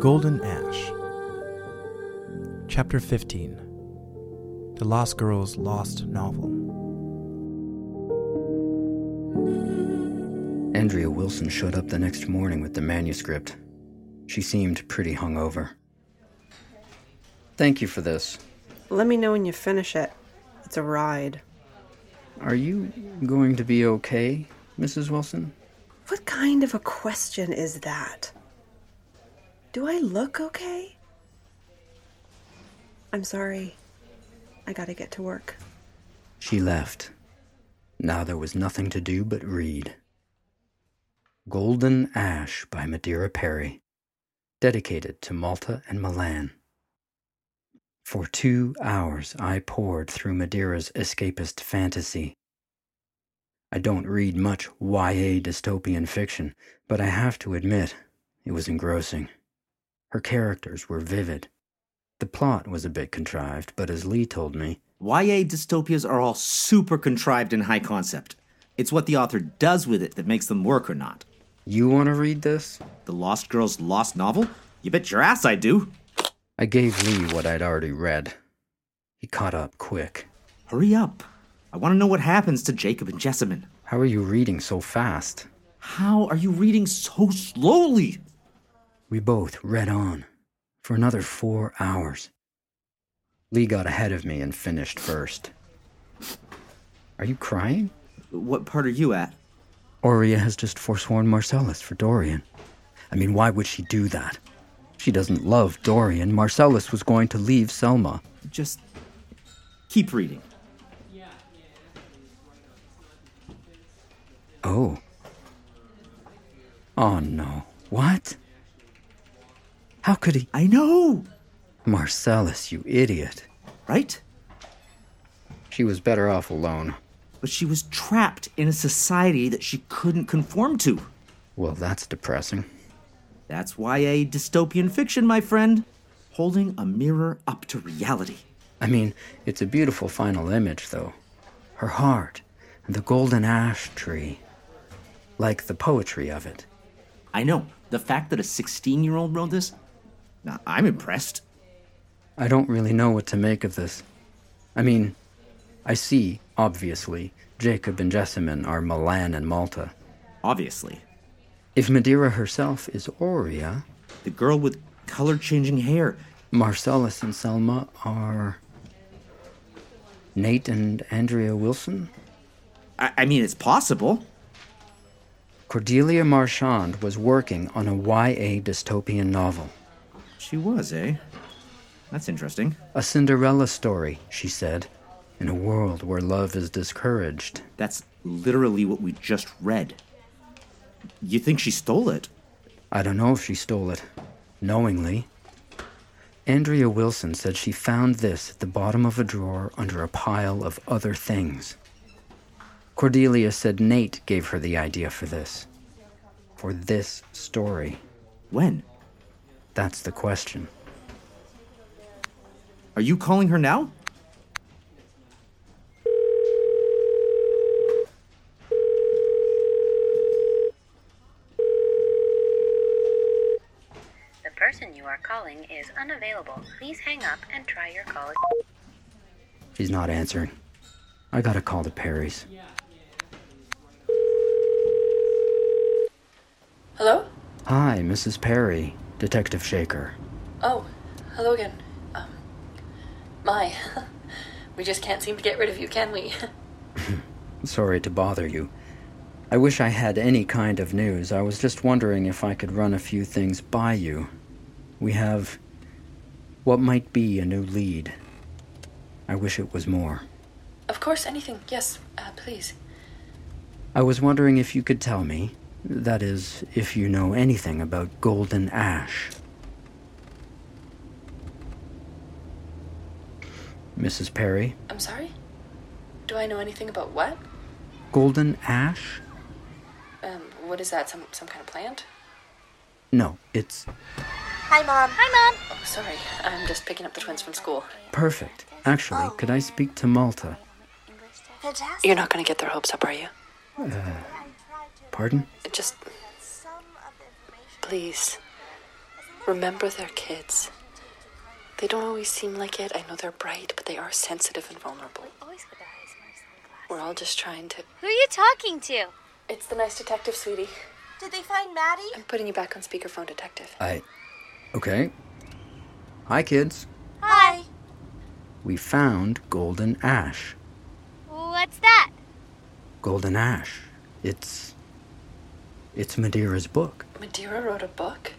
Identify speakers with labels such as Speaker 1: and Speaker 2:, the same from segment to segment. Speaker 1: Golden Ash. Chapter 15 The Lost Girl's Lost Novel.
Speaker 2: Andrea Wilson showed up the next morning with the manuscript. She seemed pretty hungover. Thank you for this.
Speaker 3: Let me know when you finish it. It's a ride.
Speaker 2: Are you going to be okay, Mrs. Wilson?
Speaker 3: What kind of a question is that? Do I look okay? I'm sorry. I gotta get to work.
Speaker 2: She left. Now there was nothing to do but read. Golden Ash by Madeira Perry, dedicated to Malta and Milan. For two hours I pored through Madeira's escapist fantasy. I don't read much YA dystopian fiction, but I have to admit it was engrossing. Her characters were vivid. The plot was a bit contrived, but as Lee told me,
Speaker 4: YA dystopias are all super contrived and high concept. It's what the author does with it that makes them work or not.
Speaker 2: You want to read this?
Speaker 4: The Lost Girl's Lost Novel? You bet your ass I do.
Speaker 2: I gave Lee what I'd already read. He caught up quick.
Speaker 4: Hurry up. I want to know what happens to Jacob and Jessamine.
Speaker 2: How are you reading so fast?
Speaker 4: How are you reading so slowly?
Speaker 2: We both read on for another four hours. Lee got ahead of me and finished first. Are you crying?
Speaker 4: What part are you at?
Speaker 2: Aurea has just forsworn Marcellus for Dorian. I mean, why would she do that? She doesn't love Dorian. Marcellus was going to leave Selma.
Speaker 4: Just keep reading.
Speaker 2: Oh. Oh no. What? How could he?
Speaker 4: I know,
Speaker 2: Marcellus, you idiot.
Speaker 4: right?
Speaker 2: She was better off alone.
Speaker 4: But she was trapped in a society that she couldn't conform to.
Speaker 2: Well, that's depressing.
Speaker 4: That's YA dystopian fiction, my friend. Holding a mirror up to reality.
Speaker 2: I mean, it's a beautiful final image, though. Her heart and the golden ash tree. Like the poetry of it.
Speaker 4: I know, the fact that a 16 year old wrote this, nah, I'm impressed.
Speaker 2: I don't really know what to make of this. I mean, I see, obviously, Jacob and Jessamine are Milan and Malta.
Speaker 4: Obviously.
Speaker 2: If Madeira herself is Aurea,
Speaker 4: The girl with color changing hair.
Speaker 2: Marcellus and Selma are. Nate and Andrea Wilson?
Speaker 4: I, I mean, it's possible.
Speaker 2: Cordelia Marchand was working on a YA dystopian novel.
Speaker 4: She was, eh? That's interesting.
Speaker 2: A Cinderella story, she said, in a world where love is discouraged.
Speaker 4: That's literally what we just read. You think she stole it?
Speaker 2: I don't know if she stole it, knowingly. Andrea Wilson said she found this at the bottom of a drawer under a pile of other things. Cordelia said Nate gave her the idea for this. For this story.
Speaker 4: When?
Speaker 2: That's the question.
Speaker 4: Are you calling her now?
Speaker 5: The person you are calling is unavailable. Please hang up and try your call.
Speaker 2: She's not answering. I got a call to Perry's.
Speaker 6: Hello?
Speaker 2: Hi, Mrs. Perry, Detective Shaker.
Speaker 6: Oh, hello again. Um, my, we just can't seem to get rid of you, can we?
Speaker 2: Sorry to bother you. I wish I had any kind of news. I was just wondering if I could run a few things by you. We have what might be a new lead. I wish it was more.
Speaker 6: of course, anything. Yes, uh, please.
Speaker 2: I was wondering if you could tell me, that is, if you know anything about Golden Ash. Mrs. Perry,
Speaker 6: I'm sorry? Do I know anything about what?
Speaker 2: Golden Ash?
Speaker 6: Um, what is that? Some some kind of plant?
Speaker 2: No, it's
Speaker 7: Hi, Mom. Hi, Mom.
Speaker 6: Oh, sorry. I'm just picking up the twins from school.
Speaker 2: perfect. Actually, could I speak to Malta?
Speaker 7: Fantastic.
Speaker 6: You're not gonna get their hopes up, are you?
Speaker 2: Uh, Pardon?
Speaker 6: Just please remember they're kids. They don't always seem like it. I know they're bright, but they are sensitive and vulnerable. We're all just trying to.
Speaker 7: Who are you talking to?
Speaker 6: It's the nice detective, sweetie.
Speaker 7: Did they find Maddie?
Speaker 6: I'm putting you back on speakerphone, detective.
Speaker 2: I. Okay. Hi, kids.
Speaker 7: Hi.
Speaker 2: We found Golden Ash.
Speaker 7: What's that?
Speaker 2: Golden Ash. It's. It's Madeira's book.
Speaker 6: Madeira wrote a book.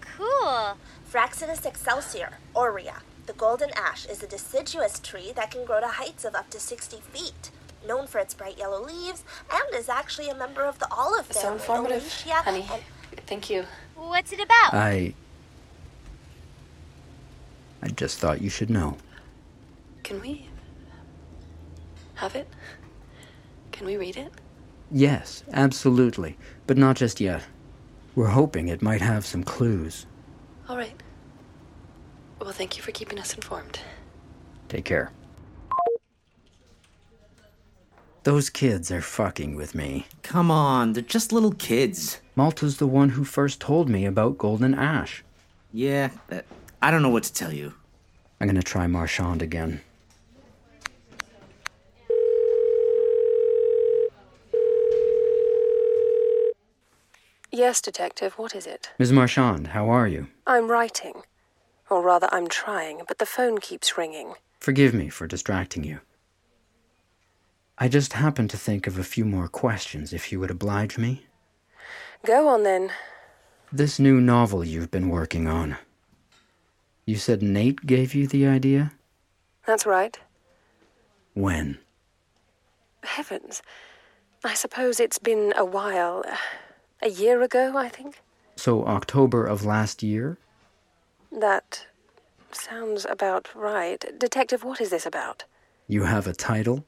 Speaker 7: Cool.
Speaker 8: Fraxinus excelsior, aurea. The golden ash is a deciduous tree that can grow to heights of up to 60 feet. Known for its bright yellow leaves, and is actually a member of the olive family.
Speaker 6: So informative,
Speaker 8: Onicia,
Speaker 6: honey.
Speaker 8: and-
Speaker 6: Thank you.
Speaker 7: What's it about?
Speaker 2: I. I just thought you should know.
Speaker 6: Can we have it? Can we read it?
Speaker 2: Yes, absolutely. But not just yet. We're hoping it might have some clues.
Speaker 6: All right. Well, thank you for keeping us informed.
Speaker 2: Take care. Those kids are fucking with me.
Speaker 4: Come on, they're just little kids.
Speaker 2: Malta's the one who first told me about Golden Ash.
Speaker 4: Yeah, that, I don't know what to tell you.
Speaker 2: I'm gonna try Marchand again.
Speaker 9: Yes, detective, what is it?
Speaker 2: Ms. Marchand, how are you?
Speaker 9: I'm writing. Or rather, I'm trying, but the phone keeps ringing.
Speaker 2: Forgive me for distracting you. I just happened to think of a few more questions, if you would oblige me.
Speaker 9: Go on then.
Speaker 2: This new novel you've been working on. You said Nate gave you the idea?
Speaker 9: That's right.
Speaker 2: When?
Speaker 9: Heavens. I suppose it's been a while. A year ago, I think?
Speaker 2: So, October of last year?
Speaker 9: That sounds about right. Detective, what is this about?
Speaker 2: You have a title?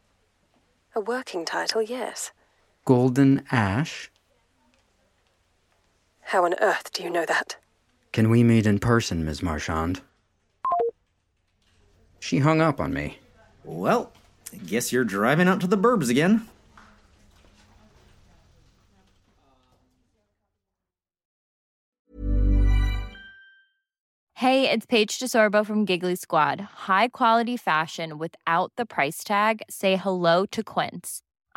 Speaker 9: A working title, yes.
Speaker 2: Golden Ash?
Speaker 9: How on earth do you know that?
Speaker 2: Can we meet in person, Ms. Marchand? She hung up on me.
Speaker 4: Well, I guess you're driving out to the burbs again.
Speaker 10: Hey, it's Paige DeSorbo from Giggly Squad. High quality fashion without the price tag. Say hello to Quince.